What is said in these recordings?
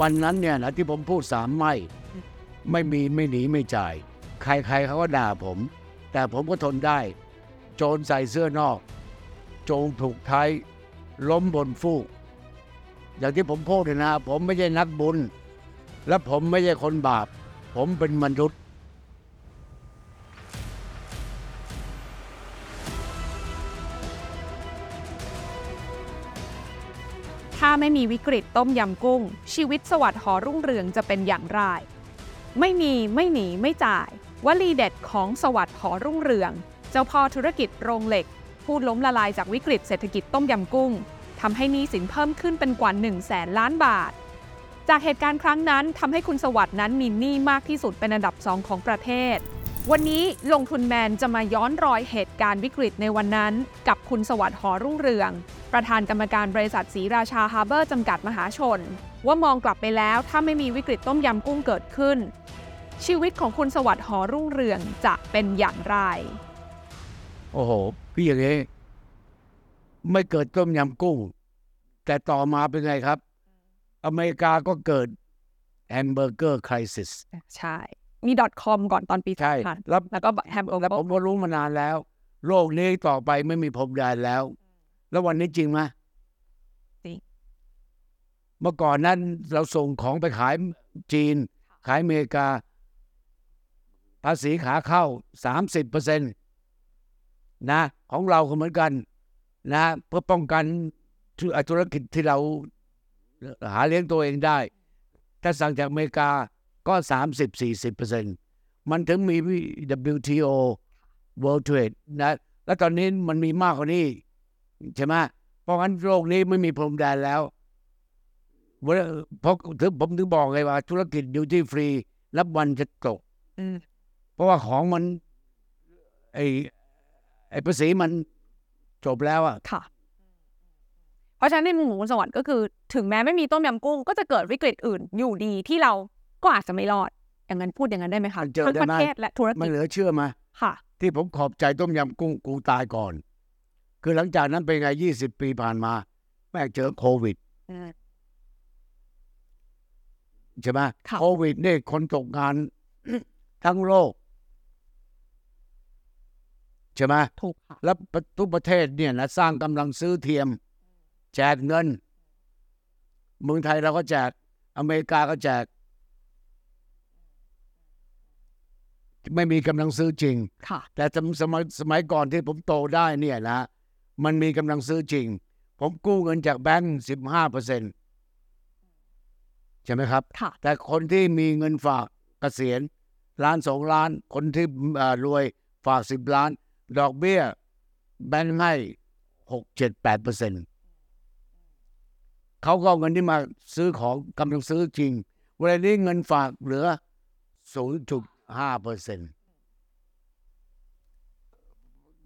วันนั้นเนี่ยนะที่ผมพูดสามไม่ ไม่มีไม่หนีไม่จ่าย ใครๆเขาก็ด่าผม แต่ผมก็ทนได้ โจรใส่เสื้อนอก โจรถูกไทยล้มบนฟูก อย่างที่ผมพูดเนี่ยนะ ผมไม่ใช่นักบุญ และผมไม่ใช่คนบาป ผมเป็นมนุษย์ ถ้าไม่มีวิกฤตต้มยำกุ้ง ชีวิตสวัสดิ์หอรุ่งเรืองจะเป็นอย่างไร ไม่มีไม่หนีไม่จ่าย วลีเด็ดของสวัสดิ์หอรุ่งเรือง เจ้าพ่อธุรกิจโรงเหล็ก พูดล้มละลายจากวิกฤตเศรษฐกิจต้มยำกุ้งทำให้หนี้สินเพิ่มขึ้นเป็นกว่า1 0 0 0 0แสนล้านบาท จากเหตุการณ์ครั้งนั้นทำให้คุณสวัสดิ์นั้นมีหนี้มากที่สุดเป็นอันดับสองของประเทศ วันนี้ลงทุนแมนจะมาย้อนรอยเหตุการณ์วิกฤตในวันนั้น กับคุณสวัสดิ์หอรุ่งเรือง ประธานกรรมการบริษัทศรีราชาฮาร์เบอร์จำกัดมหาชน ว่ามองกลับไปแล้วถ้าไม่มีวิกฤตต้มยำกุ้งเกิดขึ้น ชีวิตของคุณสวัสดิ์หอรุ่งเรืองจะเป็นอย่างไร โอ้โห พี่อย่างนี้ ไม่เกิดต้มยำกุ้ง แต่ต่อมาเป็นไงครับ อเมริกาก็เกิดแฮมเบอร์เกอร์คริสิส ใช่ มี .com ก่อนตอนปี ใช่ 2000 แล้ว แล้วก็แฮมโอ แล้ว เวอ ผม ร์ ก็รู้มานานแล้ว โลกนี้ต่อไปไม่มีพรมแดนแล้ว แล้ววันนี้จริงไหม จริง เมื่อก่อนนั้นเราส่งของไปขายจีน ขายอเมริกา ภาษีขาเข้าสามสิบเปอร์เซ็นตนะ ของเราก็เหมือนกัน นะ เพื่อป้องกันธุธุรกิจที่เราหาเลี้ยงตัวเองได้ ถ้าสั่งจากอเมริกาก็สามสิบสี่สิบเปอร์เซ็นต มันถึงมี WTO World Trade นะ แล้วตอนนี้มันมีมากกว่านี้ ใช่ไหมเพราะงั้นโลกนี้ไม่มีพรมแดนแล้วเวลาเพราะถึงผมถึงบอกไงว่า ธุรกิจดิวตี้ฟรีรับวันจะตก อืม เพราะว่าของมัน ไอไอภาษีมันจบแล้วอ่ะ ค่ะ เพราะฉะนั้นในมุมของคุณสวัสดิ์ก็คือ ถึงแม้ไม่มีต้มยำกุ้งก็จะเกิดวิกฤตอื่นอยู่ดีที่เราก็อาจจะไม่รอด อย่างนั้นพูดอย่างนั้นได้ไหมคะ เจอ ทั้ง ได้ ประ ไหม เทศและธุร มัน กิจ เหลือเชื่อไหมา ค่ะ ที่ผมขอบใจต้มยำกุ้งกูตายก่อน คือหลังจากนั้นเป็นไงยี่สิบปีผ่านมา แม่งเจอโควิด ใช่ไหม ค่ะ โควิดเนี่ยคนตกงาน ทั้งโลก ใช่ไหม ถูกค่ะ แล้วประทุกประเทศเนี่ยนะสร้างกำลังซื้อเทียม แจกเงิน เมืองไทยเราก็แจก อเมริกาก็แจก ไม่มีกำลังซื้อจริง ค่ะ แต่สมสมัยสมัยก่อนที่ผมโตได้เนี่ยนะ มันมีกำลังซื้อจริง ผมกู้เงินจากแบงก์สิบห้าเปอร์เซ็นใช่ไหมครับ ค่ะ แต่คนที่มีเงินฝากเกษียณล้านสองล้าน คนที่เอ่อรวยฝากสิบล้าน ดอกเบี้ย แบงค์ให้หกเจ็ดแปดเปอร์เซ็นเขาก็เอาเงินที่มาซื้อของกำลังซื้อจริง เวลานี้เงินฝากเหลือศูนย์จุดห้าเปอร์เซ็น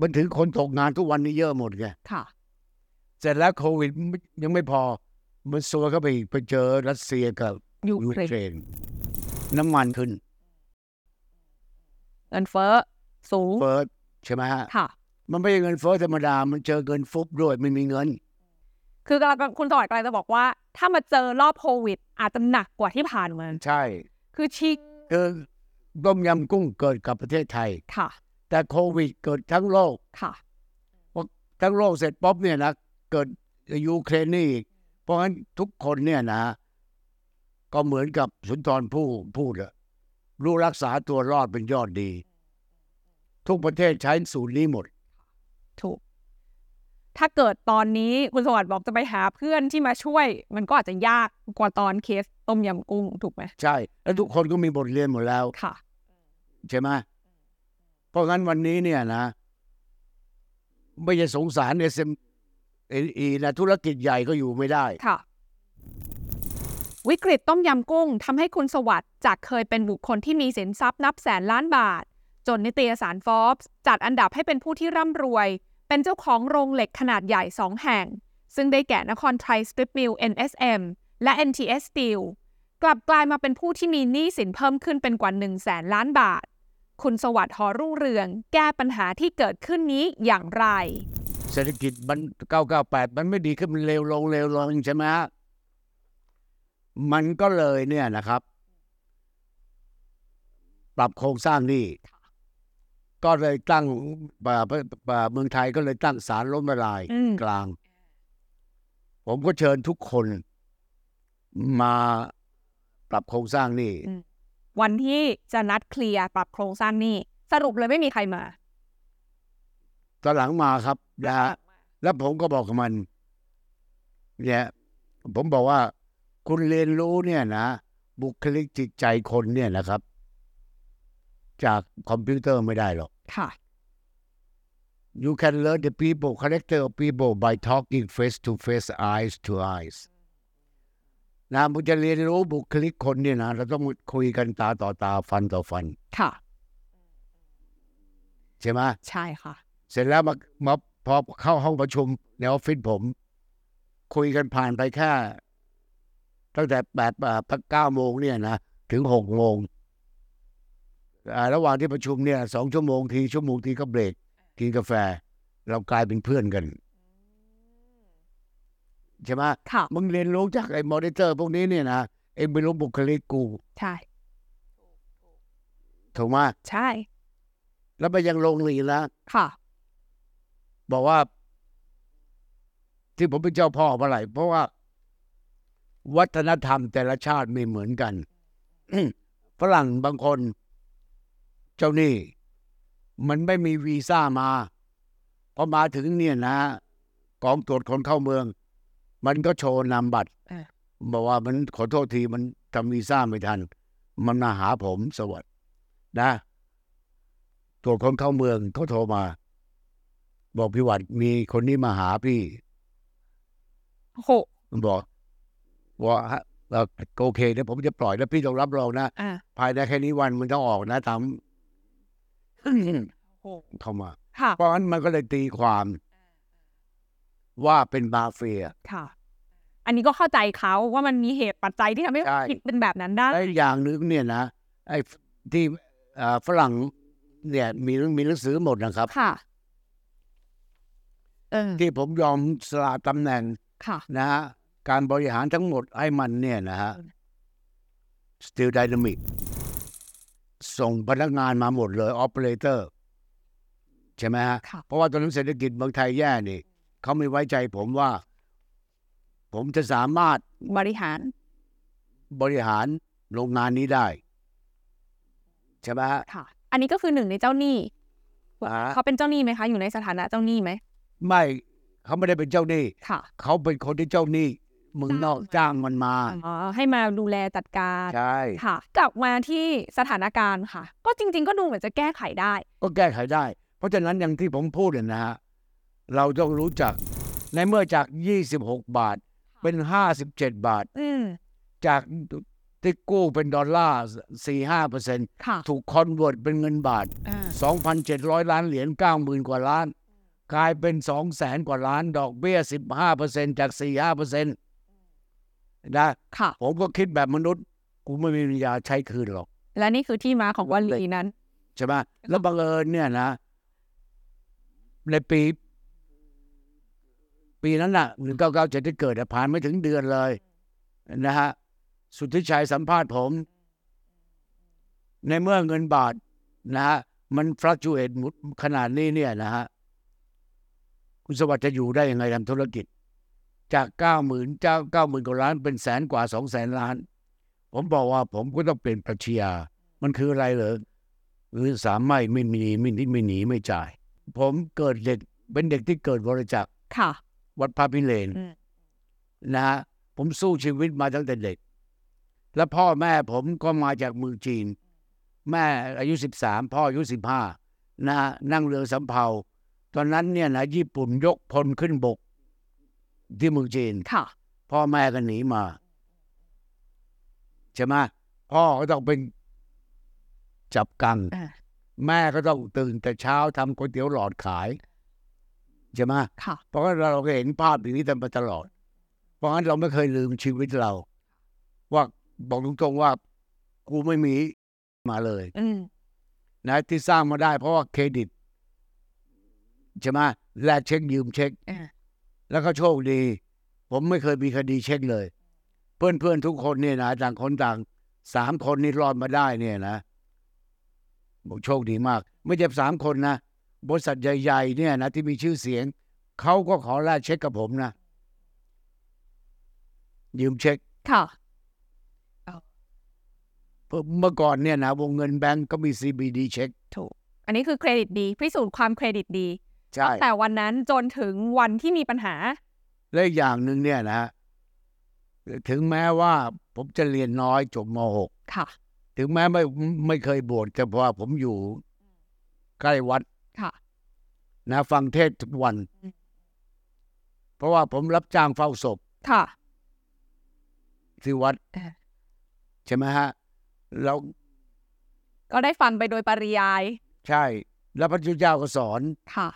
มันถึงคนตกงานทุกวันนี้เยอะหมดไง ค่ะ เสร็จแล้วโควิดยังไม่พอ มันซวยเข้าไปอีกไปเจอรัสเซียกับ อยู่ ยู เครน เครนน้ำมันขึ้น เงินเฟ้อสูง เฟ้อใช่ไหมฮะ ค่ะ มันไม่ใช่เงินเฟ้อธรรมดา มันเจอเงินฟุบด้วยไม่มีเงิน คือกำลังคุณสวัสดิ์กำลังจะบอกว่า ถ้ามาเจอรอบโควิด อาจจะหนักกว่าที่ผ่านมา ใช่ คือชิง คือต้มยำกุ้งเกิดกับประเทศไทย ค่ะ แต่โควิดเกิดทั้งโลก ค่ะ ทั้งโลกเสร็จป๊อบเนี่ยนะ เกิดยูเครนนี่อีกเพราะงั้นทุกคนเนี่ยนะ ก็เหมือนกับสุนทรผู้พูดอะรู้รักษาตัวรอดเป็นยอดดี ทุกประเทศใช้สูตรนี้หมด ถูก ถ้าเกิดตอนนี้คุณสวัสดิ์บอกจะไปหาเพื่อนที่มาช่วย มันก็อาจจะยากกว่าตอนเคสต้มยำกุ้งถูกไหม ใช่ แล้วทุกคนก็มีบทเรียนหมดแล้ว ค่ะ ใช่ไหมเพราะงั้นวันนี้เนี่ยนะ ไม่จะสงสารเอสเอ็มอีนะธุรกิจใหญ่ก็อยู่ไม่ได้ ค่ะ วิกฤตต้มยำกุ้งทำให้คุณสวัสดิ์จากเคยเป็นบุคคลที่มีสินทรัพย์นับแสนล้านบาท จนนิตยสารฟอ b e s จัดอันดับให้เป็นผู้ที่ร่ำรวย เป็นเจ้าของโรงเหล็กขนาดใหญ่ 2 แห่ง ซึ่งได้แก่นครไทยสตริปมิล NSM และ NTS Steel กลับกลายมาเป็นผู้ที่มีหนี้สินเพิ่มขึ้นเป็นกว่า 1 0 0 0 0แสนล้านบาท คุณสวัสดิ์หอรุ่งเรือง แก้ปัญหาที่เกิดขึ้นนี้อย่างไร เศรษฐกิจมัน 998 มันไม่ดีขึ้นมันเลวลงเลวลงใช่ไหมฮะ มันก็เลยเนี่ยนะครับ ปรับโครงสร้างหนี้ก็เลยตั้งป่าป่าป่าเมืองไทยก็เลยตั้งศาลล้มละลาย อืม กลาง ผมก็เชิญทุกคน มาปรับโครงสร้างหนี้ อืม วันที่จะนัดเคลียร์ปรับโครงสร้างหนี้สรุปเลยไม่มีใครมา ตอนหลังมาครับนะฮะ แล้วผมก็บอกกับมัน เนี่ย ผมบอกว่า คุณเรียนรู้เนี่ยนะ บุคลิกจิตใจคนเนี่ยนะครับ จากคอมพิวเตอร์ไม่ได้หรอก ค่ะ you can learn the people character of people by talking face to face eyes to eyes นะมันจะเรียนรู้บุคลิกคนเนี่ยนะเราต้องคุยกันตาต่อตาฟันต่อฟัน ค่ะ ใช่ไหม ใช่ค่ะ เสร็จแล้วมามาพอเข้าห้องประชุมในออฟฟิศผม คุยกันผ่านไปแค่ตั้งแต่แปดอ่าเก้าโมงเนี่ยนะ ถึงหกโมงอ่าระหว่างที่ประชุมเนี่ยสองชั่วโมงที ชั่วโมงทีก็เบรกกินกาแฟ เรากลายเป็นเพื่อนกัน ใช่ไหม ค่ะ มึงเรียนรู้จากไอ้มอนิเตอร์พวกนี้เนี่ยนะเองไม่รู้บุคลิกกู ใช่ ถูกไหม ใช่ แล้วไปยังลงหลีกแล้ว ค่ะ บอกว่า ที่ผมเป็นเจ้าพ่อเพราะอะไรเพราะว่า วัฒนธรรมแต่ละชาติไม่เหมือน กัน ฝรั่งบางคน เจ้าหนี่ มันไม่มีวีซ่ามาพอมาถึงเนี่ยนะกองตรวจคนเข้าเมือง มันก็โชว์นามบัตร เออ บอกว่ามันขอโทษทีมันทำวีซ่าไม่ทัน มันมาหาผมสวัสดนะ ตรวจคนเข้าเมืองเขาโทรมา บอกพี่หวัดมีคนนี้มาหาพี่ โอ้โห มันบอกว่าฮะเอ่อโอเคเดี๋ยวผมจะปล่อยแล้วพี่ต้องรับรองนะ อ่า ภายในแค่นี้วันมันต้องออกนะตาม โอ้โห เข้ามา ค่ะ เพราะฉะนั้นมันก็เลยตีความ ว่าเป็นมาเฟีย ค่ะ อันนี้ก็เข้าใจเขาว่ามันมีเหตุปัจจัยที่ทำให้ ใช่ ผิดเป็นแบบนั้นได้ และอีกอย่างหนึ่งเนี่ยนะไอ้ที่เอ่อฝรั่ง เนี่ยมีมีหนังสือหมดนะครับ ค่ะ เออ ที่ผมยอมสละตำแหน่ง ค่ะ นะฮะการบริหารทั้งหมดไอ้มันเนี่ยนะฮะ Steel Dynamic ส่งพนักงานมาหมดเลย ออปเปอเรเตอร์ ใช่ไหมฮะ ค่ะ เพราะว่าตอนนั้นเศรษฐกิจเมืองไทยแย่นี่เขาไม่ไว้ใจผมว่า ผมจะสามารถ บริหาร บริหารโรงงานนี้ได้ ใช่ไหมฮะ ค่ะ อันนี้ก็คือหนึ่งในเจ้าหนี้ อ่า เขาเป็นเจ้าหนี้ไหมคะ อยู่ในสถานะเจ้าหนี้ไหม ไม่เขาไม่ได้เป็นเจ้าหนี้ ค่ะ เขาเป็นคนที่เจ้าหนี้เมึงนอกจ้างมันมา อ๋อ ให้มาดูแลจัดการ ใช่ ค่ะ กลับมาที่สถานการณ์ค่ะ ก็จริง ๆ ก็ดูเหมือนจะแก้ไขได้ ก็แก้ไขได้ เพราะฉะนั้นอย่างที่ผมพูดเนี่ยนะฮะ เราต้องรู้จักในเมื่อจาก 26 บาทเป็น 57 บาท อืม จากที่กู้เป็นดอลลาร์4 5เปอร์เซ็นต์ ค่ะ ถูกคอนเวิร์ตเป็นเงินบาท อ่า 2,700 ล้านเหรียญ90,000 กว่าล้าน กลายเป็น 200,000 กว่าล้าน ดอกเบี้ย 15เปอร์เซ็นต์จาก 4 5เปอร์เซ็นต์นะ ค่ะ ผมก็คิดแบบมนุษย์ กูไม่มีปัญญาใช้คืนหรอก และนี่คือที่มาของวลีนั้น ใช่ไหมแล้วบังเอิญเนี่ยนะ ในปี ปีนั้นน่ะหนึ่งเก้าเก้าเจ็ดที่เกิดอะผ่านไม่ถึงเดือนเลย นะฮะ สุทธิชัยสัมภาษณ์ผม ในเมื่อเงินบาท นะฮะ มันฟลักชูเอตหมุนขนาดนี้เนี่ยนะฮะ คุณสวัสดิ์จะอยู่ได้ยังไงทำธุรกิจ จากเก้าหมื่นเจ้าเก้าหมื่นกว่าล้านเป็นแสนกว่าสองแสนล้าน ผมบอกว่าผมก็ต้องเปลี่ยนปรัชญามันคืออะไรเหรอ หรือสามไม่ไม่มีไม่หนีไม่หนีไม่จ่าย ผมเกิดเด็กเป็นเด็กที่เกิดบริจาค ค่ะ วัดพระพิเลน อืม นะฮะผมสู้ชีวิตมาตั้งแต่เด็ก แล้วพ่อแม่ผมก็มาจากเมืองจีน แม่อายุสิบสามพ่ออายุสิบห้านะฮะนั่งเรือสำเภา ตอนนั้นเนี่ยนะญี่ปุ่นยกพลขึ้นบก ที่เมืองจีน ค่ะ พ่อแม่ก็หนีมาใช่ไหมพ่อก็ต้องเป็นจับกัง อ่า แม่ก็ต้องตื่นแต่เช้าทำก๋วยเตี๋ยวหลอดขายใช่ไหม ค่ะ เพราะว่าเราก็เห็นภาพอย่างนี้กันมาตลอด เพราะงั้นเราไม่เคยลืมชีวิตเรา ว่าบอกตรงๆว่า กูไม่มีมาเลย อืม นะที่สร้างมาได้เพราะว่าเครดิตใช่ไหมแลกเช็คยืมเช็ค อ่า แล้วก็โชคดี ผมไม่เคยมีคดีเช็คเลย เพื่อนเพื่อนๆทุกคนเนี่ยนะต่างคนต่างสามคนนี่รอดมาได้เนี่ยนะบอกโชคดีมาก ไม่ใช่สามคนนะ บริษัทใหญ่ ๆ เนี่ยนะที่มีชื่อเสียง เขาก็ขอลาเช็คกับผมนะ ยืมเช็ค ค่ะ เมื่อก่อนเนี่ยนะวงเงินแบงก์ก็มี CBD เช็ค ถูก อันนี้คือเครดิตดี พิสูจน์ความเครดิตดี ใช่ แต่วันนั้นจนถึงวันที่มีปัญหา และอีกอย่างหนึ่งเนี่ยนะฮะถึงแม้ว่าผมจะเรียนน้อยจบม .6 ค่ะ ถึงแม้ไม่ไม่เคยบวชแต่เพราะว่าผมอยู่ใกล้วัด ค่ะ นะฟังเทศน์ทุกวัน อืม เพราะว่าผมรับจ้างเฝ้าศพ ค่ะ ที่วัด เออ ใช่ไหมฮะ แล้ว ก็ได้ฟังไปโดยปริยาย ใช่ แล้วพระพุทธเจ้าก็สอน ค่ะ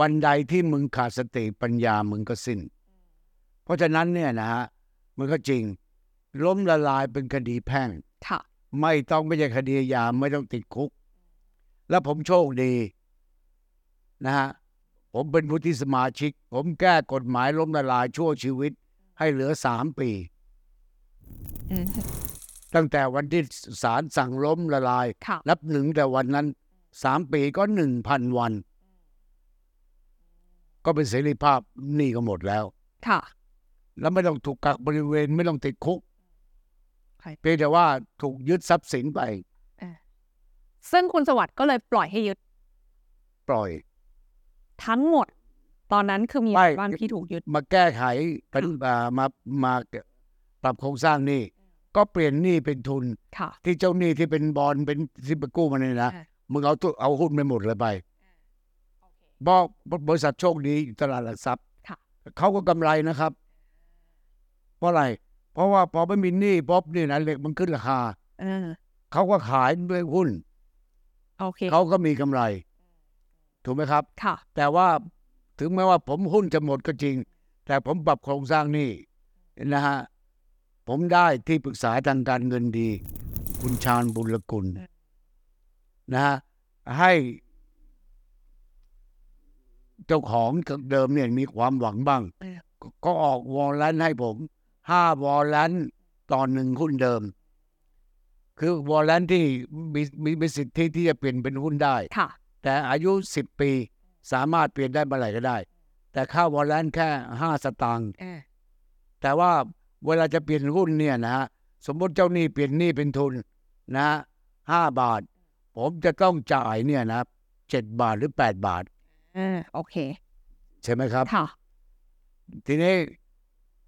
วันใดที่มึงขาดสติปัญญามึงก็สิ้น เพราะฉะนั้นเนี่ยนะฮะ มันก็จริง ล้มละลายเป็นคดีแพ่ง ค่ะ ไม่ต้องไม่ใช่คดียาไม่ต้องติดคุก แล้วผมโชคดีนะฮะ ผมเป็นผู้ที่สมาชิก ผมแก้กฎหมายล้มละลายชั่วชีวิต ให้เหลือสามปี อืม ตั้งแต่วันที่ศาลสั่งล้มละลาย ค่ะ นับหนึ่งแต่วันนั้นสามปีก็หนึ่งพันวัน ก็เป็นเสรีภาพหนี่ก็หมดแล้ว ค่ะ แล้วไม่ต้องถูกกักบริเวณไม่ต้องติดคุก ค่ะ เพียงแต่ว่าถูกยึดทรัพย์สินไป ซึ่งคุณสวัสด์ก็เลยปล่อยให้ยึด ปล่อย ทั้งหมด ตอนนั้นคือมี ไม่ บ้านที่ถูกยึด มาแก้ไขเป็นอ่ามามาปรับโครงสร้างหนี้ก็เปลี่ยนหนี้เป็นทุน ค่ะ ที่เจ้าหนี้ที่เป็นบอลเป็นที่ไปกู้มาเนี่ยนะ อ่า มึงเอาตัวเอาหุ้นไปหมดเลยไปบอกบริษัทโชคดีอยู่ตลาดหลักทรัพย์ ค่ะ เขาก็กำไรนะครับ เพราะอะไร เพราะว่าพอไม่มีหนี้ป๊อบเนี่ยนะเหล็กมันขึ้นราคา เออ เขาก็ขายด้วยหุ้น โอเค เขาก็มีกำไร ถูกไหมครับ ค่ะ แต่ว่าถึงแม้ว่าผมหุ้นจะหมดก็จริง แต่ผมปรับโครงสร้างหนี่นะฮะ ผมได้ที่ปรึกษาทางการเงินดี คุณชาญบุญกุล เออ นะฮะ ให้เจ้าของเดิมเนี่ยมีความหวังบ้าง เออ ก็ก็ออกวอลลันให้ผมห้าวอลลันต่อหนึ่งหุ้นเดิม คือวอลลันที่มีมีมีสิทธิที่จะเปลี่ยนเป็นหุ้นได้ ค่ะ แต่อายุ 10 ปีสามารถเปลี่ยนได้เมื่อไหร่ก็ได้ แต่ค่าวอลเลนแค่ 5 สตางค์ เออ แต่ว่าเวลาจะเปลี่ยนหุ้นเนี่ยนะฮะสมมติเจ้าหนี้เปลี่ยนหนี้เป็นทุนนะฮะห้าบาท ผมจะต้องจ่ายเนี่ยนะเจ็ดบาทหรือ 8 บาท เออ โอเค ใช่ไหมครับ ค่ะ ทีนี้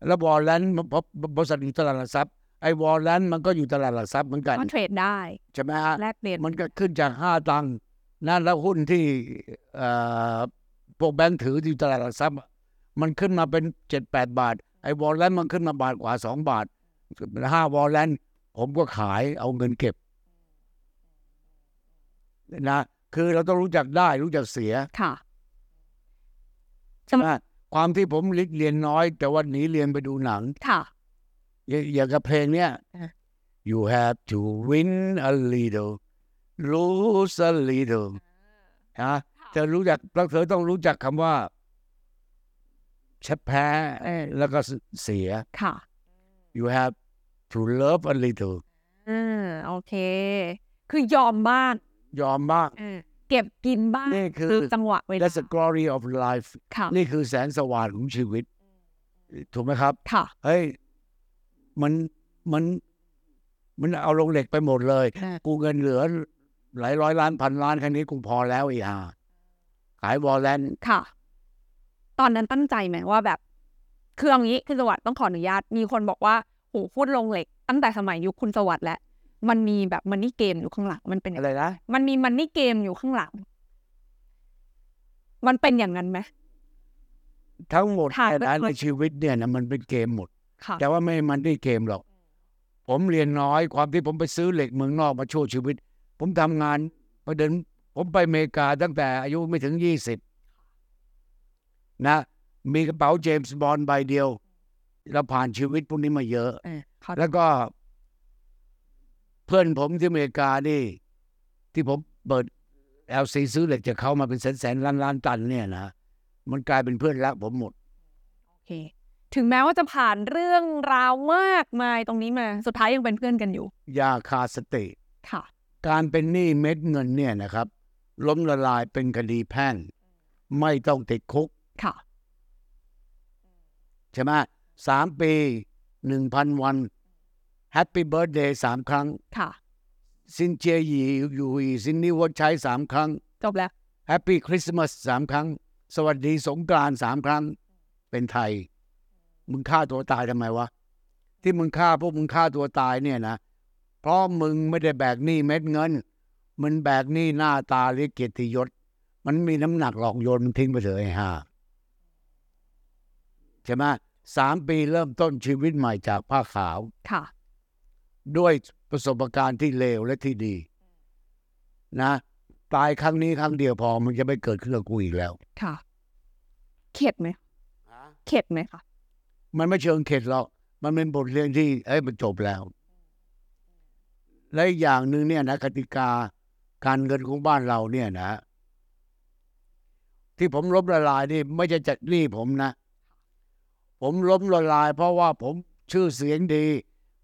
แล้ววอลเลนพอบริษัทอยู่ตลาดหลักทรัพย์ไอ้วอลเลนมันก็อยู่ตลาดหลักทรัพย์เหมือนกัน ก็เทรดได้ ใช่ไหมฮะ แลกเปลี่ยน มันก็ขึ้นจากห้าตังค์นะแล้วหุ้นที่เอ่อพวกแบงค์ถือที่ตลาดหลักทรัพย์อะมันขึ้นมาเป็นเจ็ดแปดบาท ไอ้วอลเลนมันขึ้นมาบาทกว่าสองบาทห้าวอลเลนผมก็ขายเอาเงินเก็บนะคือเราต้องรู้จักได้รู้จักเสีย ค่ะ นะความที่ผมเรียนน้อย แต่ว่าหนีเรียนไปดูหนัง ค่ะ อย่างอย่างกับเพลงเนี้ย อ่ะ you have to win a little lose a little ฮะเธอรู้จักแล้วเธอต้องรู้จักคำว่าชแพ้แล้วก็เสีย ค่ะ you have to love a little เออ โอเค คือยอมบ้าง ยอมมาก เออ เก็บกินบ้าง นี่คือ จังหวะเวลา that's the glory of life ค่ะ นี่คือแสงสว่างของชีวิต ถูกไหมครับ ค่ะ เฮ้ย มันมันมันเอาลงเหล็กไปหมดเลย เออ กูเงินเหลือ หลายร้อยล้านพันล้านแค่นี้กูพอแล้วไอ้ห่าขายวอลเลน ค่ะ ตอนนั้นตั้งใจไหมว่าแบบ คือเอางี้คุณสวัสด์ต้องขออนุญาต มีคนบอกว่าโหพูดลงเหล็ก ตั้งแต่สมัยยุคคุณสวัสด์แล้ว มันมีแบบมันนี่เกมอยู่ข้างหลัง มันเป็นยัง อะ ไง ไรนะ มันมีมันนี่เกมอยู่ข้างหลัง มันเป็นอย่างนั้นไหม ทั้งหมด ค่ะ แต่ละ ก็ ในชีวิตเนี่ยนะมันเป็นเกมหมด ค่ะ แต่ว่าไม่ให้มันได้เกมหรอก ผมเรียนน้อยความที่ผมไปซื้อเหล็กเมืองนอกมาช่วยชีวิต ผมทำงานประเดินผมไปอเมริกาตั้งแต่อายุไม่ถึงยี่สิบนะ มีกระเป๋าเจมส์บอลใบเดียว เราผ่านชีวิตพวกนี้มาเยอะ เออเขา แล้วก็ เพื่อนผมที่อเมริกานี่ ที่ผมเปิด LC ซื้อเหล็กจากเขามาเป็นแสนแสนล้านล้านตันเนี่ยนะมันกลายเป็นเพื่อนรักผมหมด โอเค ถึงแม้ว่าจะผ่านเรื่องราวมากมายตรงนี้มา สุดท้ายยังเป็นเพื่อนกันอยู่ อย่าขาดสติ ค่ะ การเป็นหนี้เม็ดเงินเนี่ยนะครับ ล้มละลายเป็นคดีแพ่งไม่ต้องติดคุก ค่ะ ใช่ไหมสามปีหนึ่งพันวันแฮปปี้เบิร์ดเดย์สามครั้ง ค่ะ ซินเจียหยีอยู่อีซินนี่วัดใช้สามครั้ง จบแล้ว แฮปปี้คริสต์มาสสามครั้ง สวัสดีสงกรานต์สามครั้ง เป็นไทย มึงฆ่าตัวตายทำไมวะ ที่มึงฆ่าพวกมึงฆ่าตัวตายเนี่ยนะ เพราะมึงไม่ได้แบกหนี้เม็ดเงิน มันแบกหนี้หน้าตาหรือเกียรติยศ มันมีน้ำหนักหลอกโยนมันทิ้งไปเถอะไอ้ห่าใช่ไหมสามปีเริ่มต้นชีวิตใหม่จากผ้าขาว ค่ะ ด้วยประสบการณ์ที่เลวและที่ดี นะ ตายครั้งนี้ครั้งเดียวพอมันจะไม่เกิดขึ้นกับกูอีกแล้ว ค่ะ เข็ดไหม เข็ดไหมคะ มันไม่เชิงเข็ดหรอก มันเป็นบทเรียนที่ เอ้ยมันจบแล้ว และอีกอย่างหนึ่งเนี่ยนะกติกาการเงินของบ้านเราเนี่ยนะ ที่ผมล้มละลายนี่ไม่ใช่จากหนี้ผมนะ ผมล้มละลาย เพราะว่าผมชื่อเสียงดี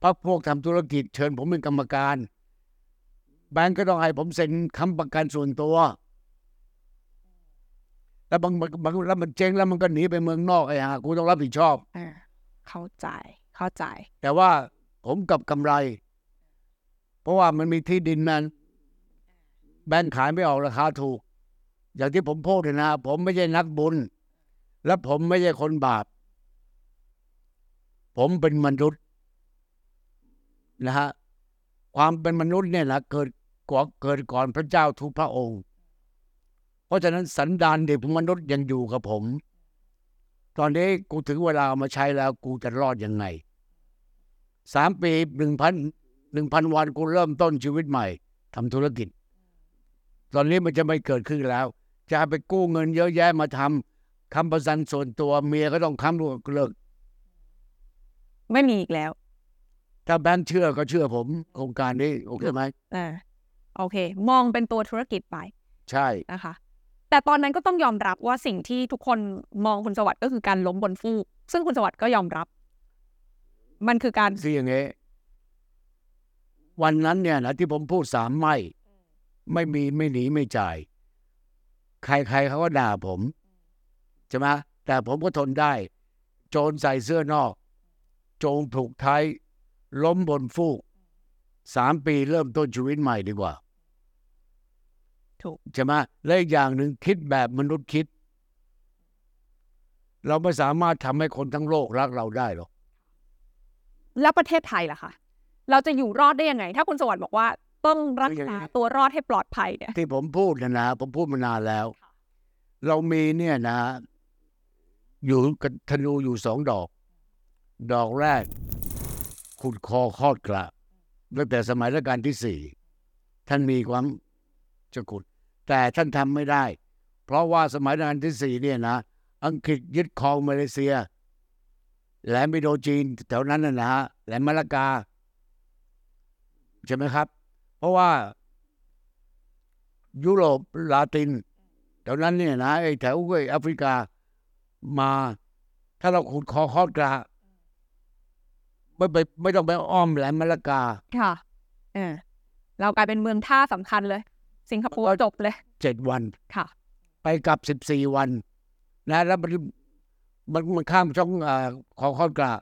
พักพวกทำธุรกิจเชิญผมเป็นกรรมการ แบงก์ก็ต้องให้ผมเซ็นค้ำประกันส่วนตัว แล้วบางบางแล้วมันเจ๊งแล้วมันก็หนีไปเมืองนอกไอ้ห่ากูต้องรับผิดชอบ เออ เข้าใจ เข้าใจ แต่ว่าผมกลับกำไร เพราะว่ามันมีที่ดินนั้น แบงค์ขายไม่ออกราคาถูก อย่างที่ผมพูดเนี่ยนะ ผมไม่ใช่นักบุญ และผมไม่ใช่คนบาป ผมเป็นมนุษย์นะฮะความเป็นมนุษย์เนี่ยนะเกิดก่อนเกิดก่อนพระเจ้าทุกพระองค์ เพราะฉะนั้นสันดานเด็กมนุษย์ยังอยู่กับผม ตอนนี้กูถึงเวลาเอามาใช้แล้วกูจะรอดยังไง สามปีหนึ่งพันหนึ่งพันวันกูเริ่มต้นชีวิตใหม่ทำธุรกิจ ตอนนี้มันจะไม่เกิดขึ้นแล้ว จะไปกู้เงินเยอะแยะมาทำคำประกันส่วนตัวเมียก็ต้องค้ำร่วมเลิก ไม่มีอีกแล้ว ถ้าแบงค์เชื่อก็เชื่อผมโครงการนี้โอเคไหม อ่าโอเค มองเป็นตัวธุรกิจไป ใช่ นะคะ แต่ตอนนั้นก็ต้องยอมรับว่าสิ่งที่ทุกคนมองคุณสวัสด์ก็คือการล้มบนฟูก ซึ่งคุณสวัสด์ก็ยอมรับ มันคือการ คืออย่างนี้วันนั้นเนี่ยนะที่ผมพูดสามไม่ ไม่มีไม่หนีไม่จ่าย ใครๆเขาก็ด่าผมใช่ไหมแต่ผมก็ทนได้ โจรใส่เสื้อนอก โจงถูกไทย ล้มบนฟูกสามปีเริ่มต้นชีวิตใหม่ดีกว่า ถูก ใช่ไหมและอีกอย่างหนึ่งคิดแบบมนุษย์คิด เราไม่สามารถทำให้คนทั้งโลกรักเราได้หรอก แล้วประเทศไทยล่ะคะ เราจะอยู่รอดได้ยังไง ถ้าคุณสวัสด์บอกว่าต้องรัก คืออย่างนี้ ษาตัวรอดให้ปลอดภัยเนี่ย ที่ผมพูดนะนะผมพูดมานานแล้ว เรามีเนี่ยนะ อยู่กับธนูอยู่สองดอก ดอกแรก ขุดคอคอดกระตั้งแต่สมัยรัชกาลที่สี่ท่านมีความจะขุด แต่ท่านทำไม่ได้ เพราะว่าสมัยรัชกาลที่สี่เนี่ยนะ อังกฤษยึดครองมาเลเซีย แหลมอินโดจีนแถวนั้นนะนะฮะแหลมมะละกา ใช่ไหมครับ เพราะว่า ยุโรปลาตินแถวนั้นเนี่ยนะไอ้แถวไอ้แอฟริกามา ถ้าเราขุดคอคอดกระไม่ไปไม่ต้องไปอ้อมแหลมมะละกา ค่ะ เออ เรากลายเป็นเมืองท่าสำคัญเลย สิงคโปร์จบเลย เจ็ดวัน ค่ะ ไปกลับสิบสี่วัน นะแล้วมันมันมันข้ามช่องอาคอคอดกระ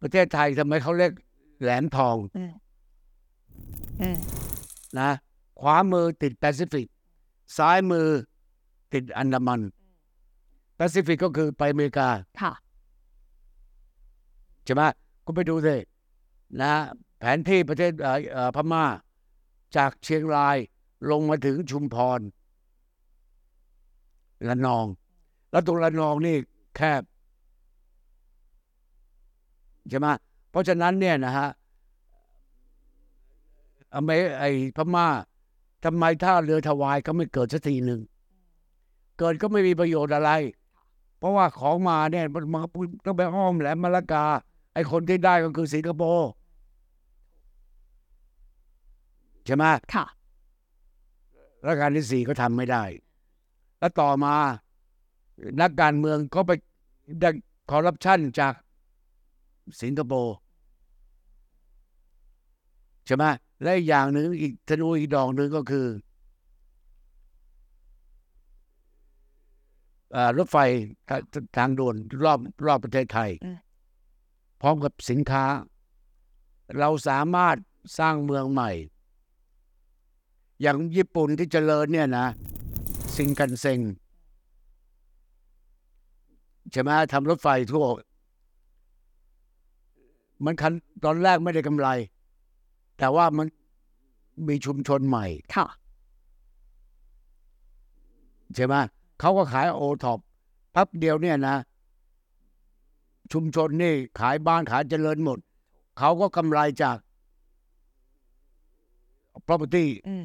ประเทศไทยทำไมเขาเรียกแหลมทอง อืมอืม นะขวามือติดแปซิฟิก ซ้ายมือติดอันดามันแปซิฟิกก็คือไปอเมริกา ค่ะ ใช่ไหมก็ไปดูสินะแผนที่ประเทศเอ่อเอ่อพม่า จากเชียงรายลงมาถึงชุมพรละนอง แล้วตรงละนองนี่แคบใช่ไหมเพราะฉะนั้นเนี่ยนะฮะอเมไอพม่าทำไมท่าเรือถวายก็ไม่เกิดสักทีหนึ่ง เกิดก็ไม่มีประโยชน์อะไร เพราะว่าของมาเนี่ยมันมาต้องไปอ้อมแหลมมะละกา ไอคนที่ได้ก็คือสิงคโปร์ใช่ไหม ค่ะ รัชกาลที่สี่ก็ทำไม่ได้ แล้วต่อมา นักการเมืองก็ไป ดังคอร์รัปชันจากสิงคโปร์ใช่ไหมและอีกอย่างหนึ่งอีกธนูอีกดอกหนึ่งก็คือเอ่อรถไฟทาทางด่วนรอบรอบประเทศไทย อืม พร้อมกับสินค้า เราสามารถสร้างเมืองใหม่ อย่างญี่ปุ่นที่เจริญเนี่ยนะ สิงกันเซ็งใช่ไหมทำรถไฟทั่ว มันคันตอนแรกไม่ได้กำไร แต่ว่ามันมีชุมชนใหม่ ค่ะ ใช่ไหมเขาก็ขายโอท็อปพับเดียวเนี่ยนะ ชุมชนนี่ขายบ้านขายเจริญหมด เขาก็กำไรจาก property อืม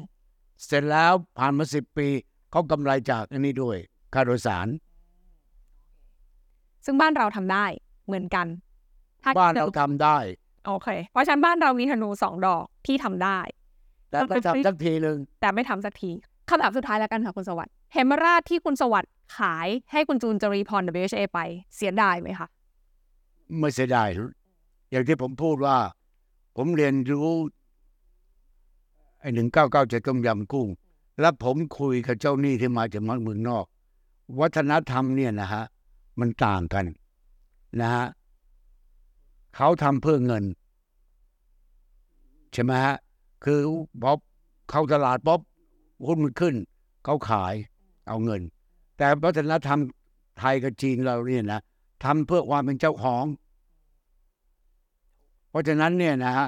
เสร็จแล้วผ่านมาสิบปี เขากำไรจากอันนี้ด้วย ค่าโดยสาร ซึ่งบ้านเราทำได้เหมือนกันถ้ บ้านเราทำได้ โอเค เพราะฉะนั้นบ้านเรามีธนูสองดอกที่ทำได้ แต่ไม่ทำสักทีหนึ่ง แต่ไม่ทำสักทีคำถามสุดท้ายแล้วกันค่ะคุณสวัสดิ์เฮมราชที่คุณสวัสดิ์ขายให้คุณจูนจรีพร WHA ไปเสียดายไหมคะ ไม่เสียดายอย่างที่ผมพูดว่า ผมเรียนรู้ไอ้หนึ่งเก้าเก้าเจ็ดต้มยำกุ้ง แล้วผมคุยกับเจ้าหนี้ที่มาจากเมืองนอก วัฒนธรรมเนี่ยนะฮะ มันต่างกันนะฮะเขาทำเพื่อเงิน ใช่ไหมฮะ คือพอเข้าตลาดป๊อบหุ้นมันขึ้น เขาขายเอาเงิน แต่วัฒนธรรมไทยกับจีนเราเนี่ยนะ ทำเพื่อความเป็นเจ้าของ เพราะฉะนั้นเนี่ยนะฮะ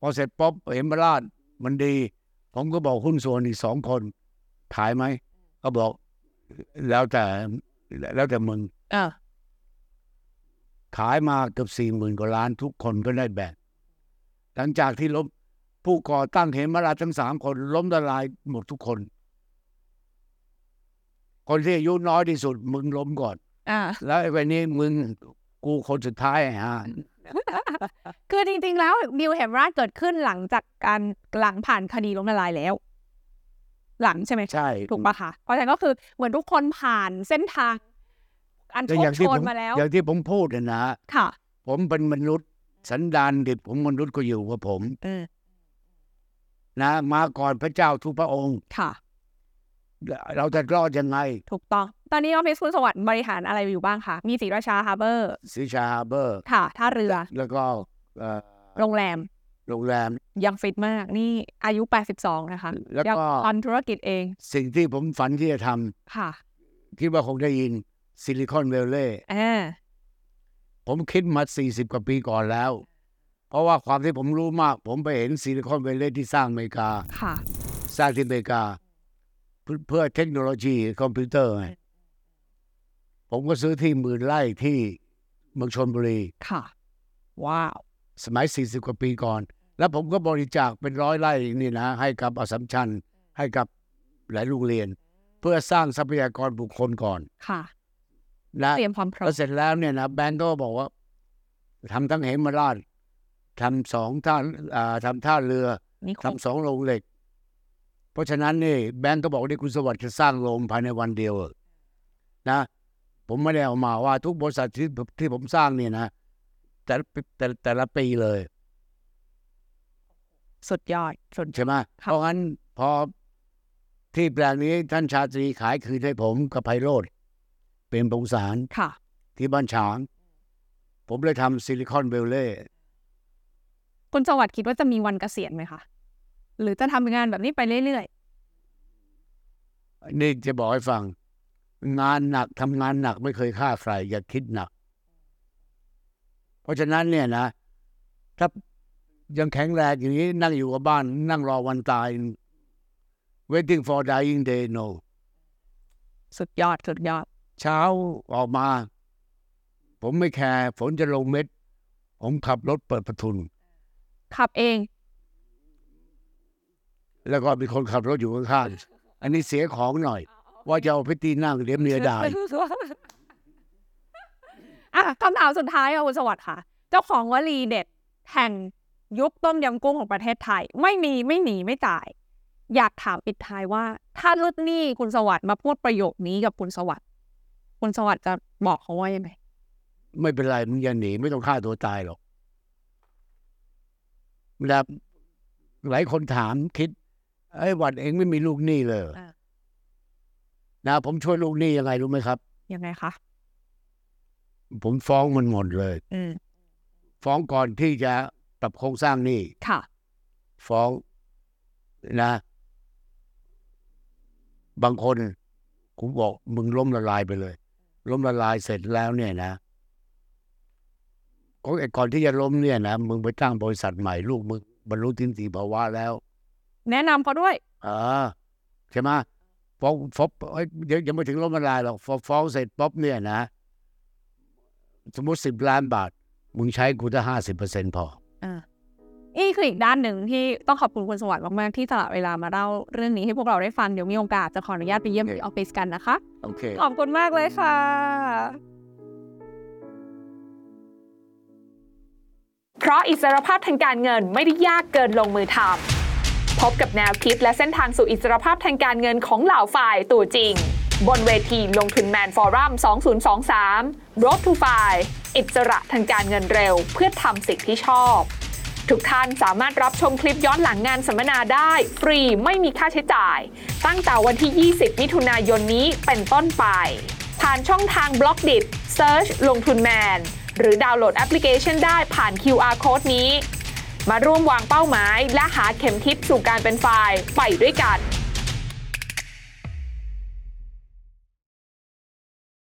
พอเสร็จป๊อบเห็นบราชมันดี ผมก็บอกหุ้นส่วนอีกสองคน ขายไหม ก็บอก แล้วแต่แล้วแต่มึง เออ ขายมาเกือบสี่หมื่นกว่าล้านทุกคนก็ได้แบ่งหลังจากที่ล้มผู้ก่อตั้งเหมราชทั้งสามคนล้มละลายหมดทุกคน คนที่อายุน้อยที่สุด มึงล้มก่อน อ่า แล้วไอ้วันนี้มึงกูคนสุดท้ายไอ้ฮะ คือจริงๆแล้วดิวเฮมราชเกิดขึ้นหลังจากการหลังผ่านคดีล้มละลายแล้ว หลังใช่ไหมคะ ใช่ ถูกปะคะเพราะฉะนั้นก็คือเหมือนทุกคนผ่านเส้นทาง อันโช แต่ ค อย่าง โช ที่ผ น ม มาแล้ว อย่างที่ผมพูดเนยนะ ค่ะ ผมเป็นมนุษย์ สันดานดิบของมนุษย์ก็อยู่กับผม เออ นะ มาก่อนพระเจ้าทุกพระองค์ ค่ะ เราจะรอดยังไง ถูกต้อง ตอนนี้ออฟฟิศคุณสวัสดิ์บริหารอะไรอยู่บ้างคะมีศรีราชาฮาร์เบอร์ สิชาฮาร์เบอร์ ค่ะท่าเรือ แล้วก็เอ่อ โรงแรม โรงแรม ยังฟิตมากนี่อายุ 82 นะคะ แล้ว ยัง ก็ ทำธุรกิจเอง สิ่งที่ผมฝันที่จะท ค่ะ ำคิดว่าคงได้ยินซิลิคอนเวลเล่ เออ ผมคิดมา 40 กว่าปีก่อนแล้ว เพราะว่าความที่ผมรู้มาก ผมไปเห็นซิลิคอนเวลเล่ที่สร้างอเมริกา ค่ะ สร้างที่อเมริกาเพื่อเพื่อเทคโนโลยีคอมพิวเตอร์ไงผมก็ซื้อที่หมื่นไร่ที่เมืองชนบุรี ค่ะ ว้าว สมัย 40 กว่าปีก่อน แล้วผมก็บริจาคเป็นร้อยไร่นี่นะ ให้กับอสสัมชัญให้กับหลายโรงเรียน เพื่อสร้างทรัพยากรบุคคลก่อน ค่ะ นะ เตรียมความพร้อ แล้ ม วเสร็จแล้วเนี่ยนะแบงก์ก็บอกว่าทำทั้งเหมราชทำสองท่าอ่าทำท่าเรือ นี่คม ทำสองโรงเหล็ก เพราะฉะนั้นนี่แบงก์ก็บอกนี่คุณสวัสดิ์จะสร้างโรงภายในวันเดียวเหรอนะ ผมไม่ได้เอามาว่าทุกบริษัทที่ที่ผมสร้างเนี่ยนะ แต่ละปีแต่แต่ละปีเลย สุดยอดสุด ใช่ไหม ค่ะ เพราะงั้นพอที่แปลงนี้ท่านชาตรีขายคืนให้ผมกับไพโรธเป็นปรงสาร ค่ะ ที่บ้านฉาง ผมเลยทำซิลิคอนเวลเล่ คุณสวัสดิ์คิดว่าจะมีวันเกษียณไหมคะ หรือจะทำงานแบบนี้ไปเรื่อย นี่จะบอกให้ฟัง งานหนักทำงานหนักไม่เคยฆ่าใครอย่าคิดหนัก เพราะฉะนั้นเนี่ยนะ ถ้ายังแข็งแรงอย่างนี้นั่งอยู่กับบ้าน นั่งรอวันตาย waiting for dying day no ๆ สุดยอดสุดยอด เช้าออกมา ผมไม่แคร์ฝนจะลงเม็ด ผมขับรถเปิดประทุน ขับเอง แล้วก็มีคนขับรถอยู่ข้างๆอันนี้เสียของหน่อย ว่าจะเอาพิตตี้นั่งเดี๋ยวเมียด่า อ่ะคำถามสุดท้ายค่ะคุณสวัสดิ์ค่ะ เจ้าของวลีเด็ดแห่งยุคต้มยำกุ้งของประเทศไทย ไม่มีไม่หนีไม่จ่าย อยากถามปิดท้ายว่า ถ้าลูกหนี้คุณสวัสดิ์มาพูดประโยคนี้กับคุณสวัสดิ์คุณสวัสดิ์จะบอกเขาว่ายังไง ไม่เป็นไรมึงอย่าหนีไม่ต้องฆ่าตัวตายหรอกเวลาหลายคนถามคิดไอ้ยวันเองไม่มีลูกหนี้เลยเหรอ เออ นะ ผมช่วยลูกหนี้ยังไงรู้ไหมครับ ยังไงคะ ผมฟ้องมันหมดเลย อืม ฟ้องก่อนที่จะปรับโครงสร้างหนี้ ค่ะ ฟ้องนะ บางคนผมบอกมึงล้มละลายไปเลย ล้มละลายเสร็จแล้วเนี่ยนะก่อนก่อนที่จะล้มเนี่ยนะมึงไปตั้งบริษัทใหม่ลูกมึงบรรลุทินสีภาวะแล้ว แนะนำเขาด้วย เออใช่ไหมฟ้องฟ้องเอ้ยยังยังไม่ถึงล้มละลายหรอกฟ้องฟ้องเสร็จป๊อบเนี่ยนะ สมมติสิบล้านบาท มึงใช้กูถ้าห้าสิบเปอร์เซ็นพอ นี่คืออีกด้านหนึ่งที่ต้องขอบคุณคุณสวัสดิ์มากๆที่สละเวลามาเล่าเรื่องนี้ให้พวกเราได้ฟังเดี๋ยวมีโอกาสจะขออนุญาตไปเยี่ยมที่ออฟฟิศกันนะคะ โอเค ขอบคุณมากเลยค่ะ เพราะอิสรภาพทางการเงินไม่ได้ยากเกินลงมือทำพบกับแนวคิดและเส้นทางสู่อิสรภาพทางการเงินของเหล่าฝ่ายตัวจริง บนเวทีลงทุนแมนฟอรัม 2023 Road to f i อิสระทางการเงินเร็ว เพื่อทำสิ่งที่ชอบ ทุกท่านสามารถรับชมคลิปย้อนหลังงานสัมมนาได้ ฟรีไม่มีค่าใช้จ่าย ตั้งแต่วันที่ 20 มิถุนายนนี้เป็นต้นไป ผ่านช่องทางบล็อกดิบ Search ลงทุนแมน หรือดาวน์โหลดแอปพลิเคชันได้ผ่าน QR Code นี้ มาร่วมวางเป้าหมาย และหาเข็มทิศสู่การเป็นไฟล์ไปด้วยกัน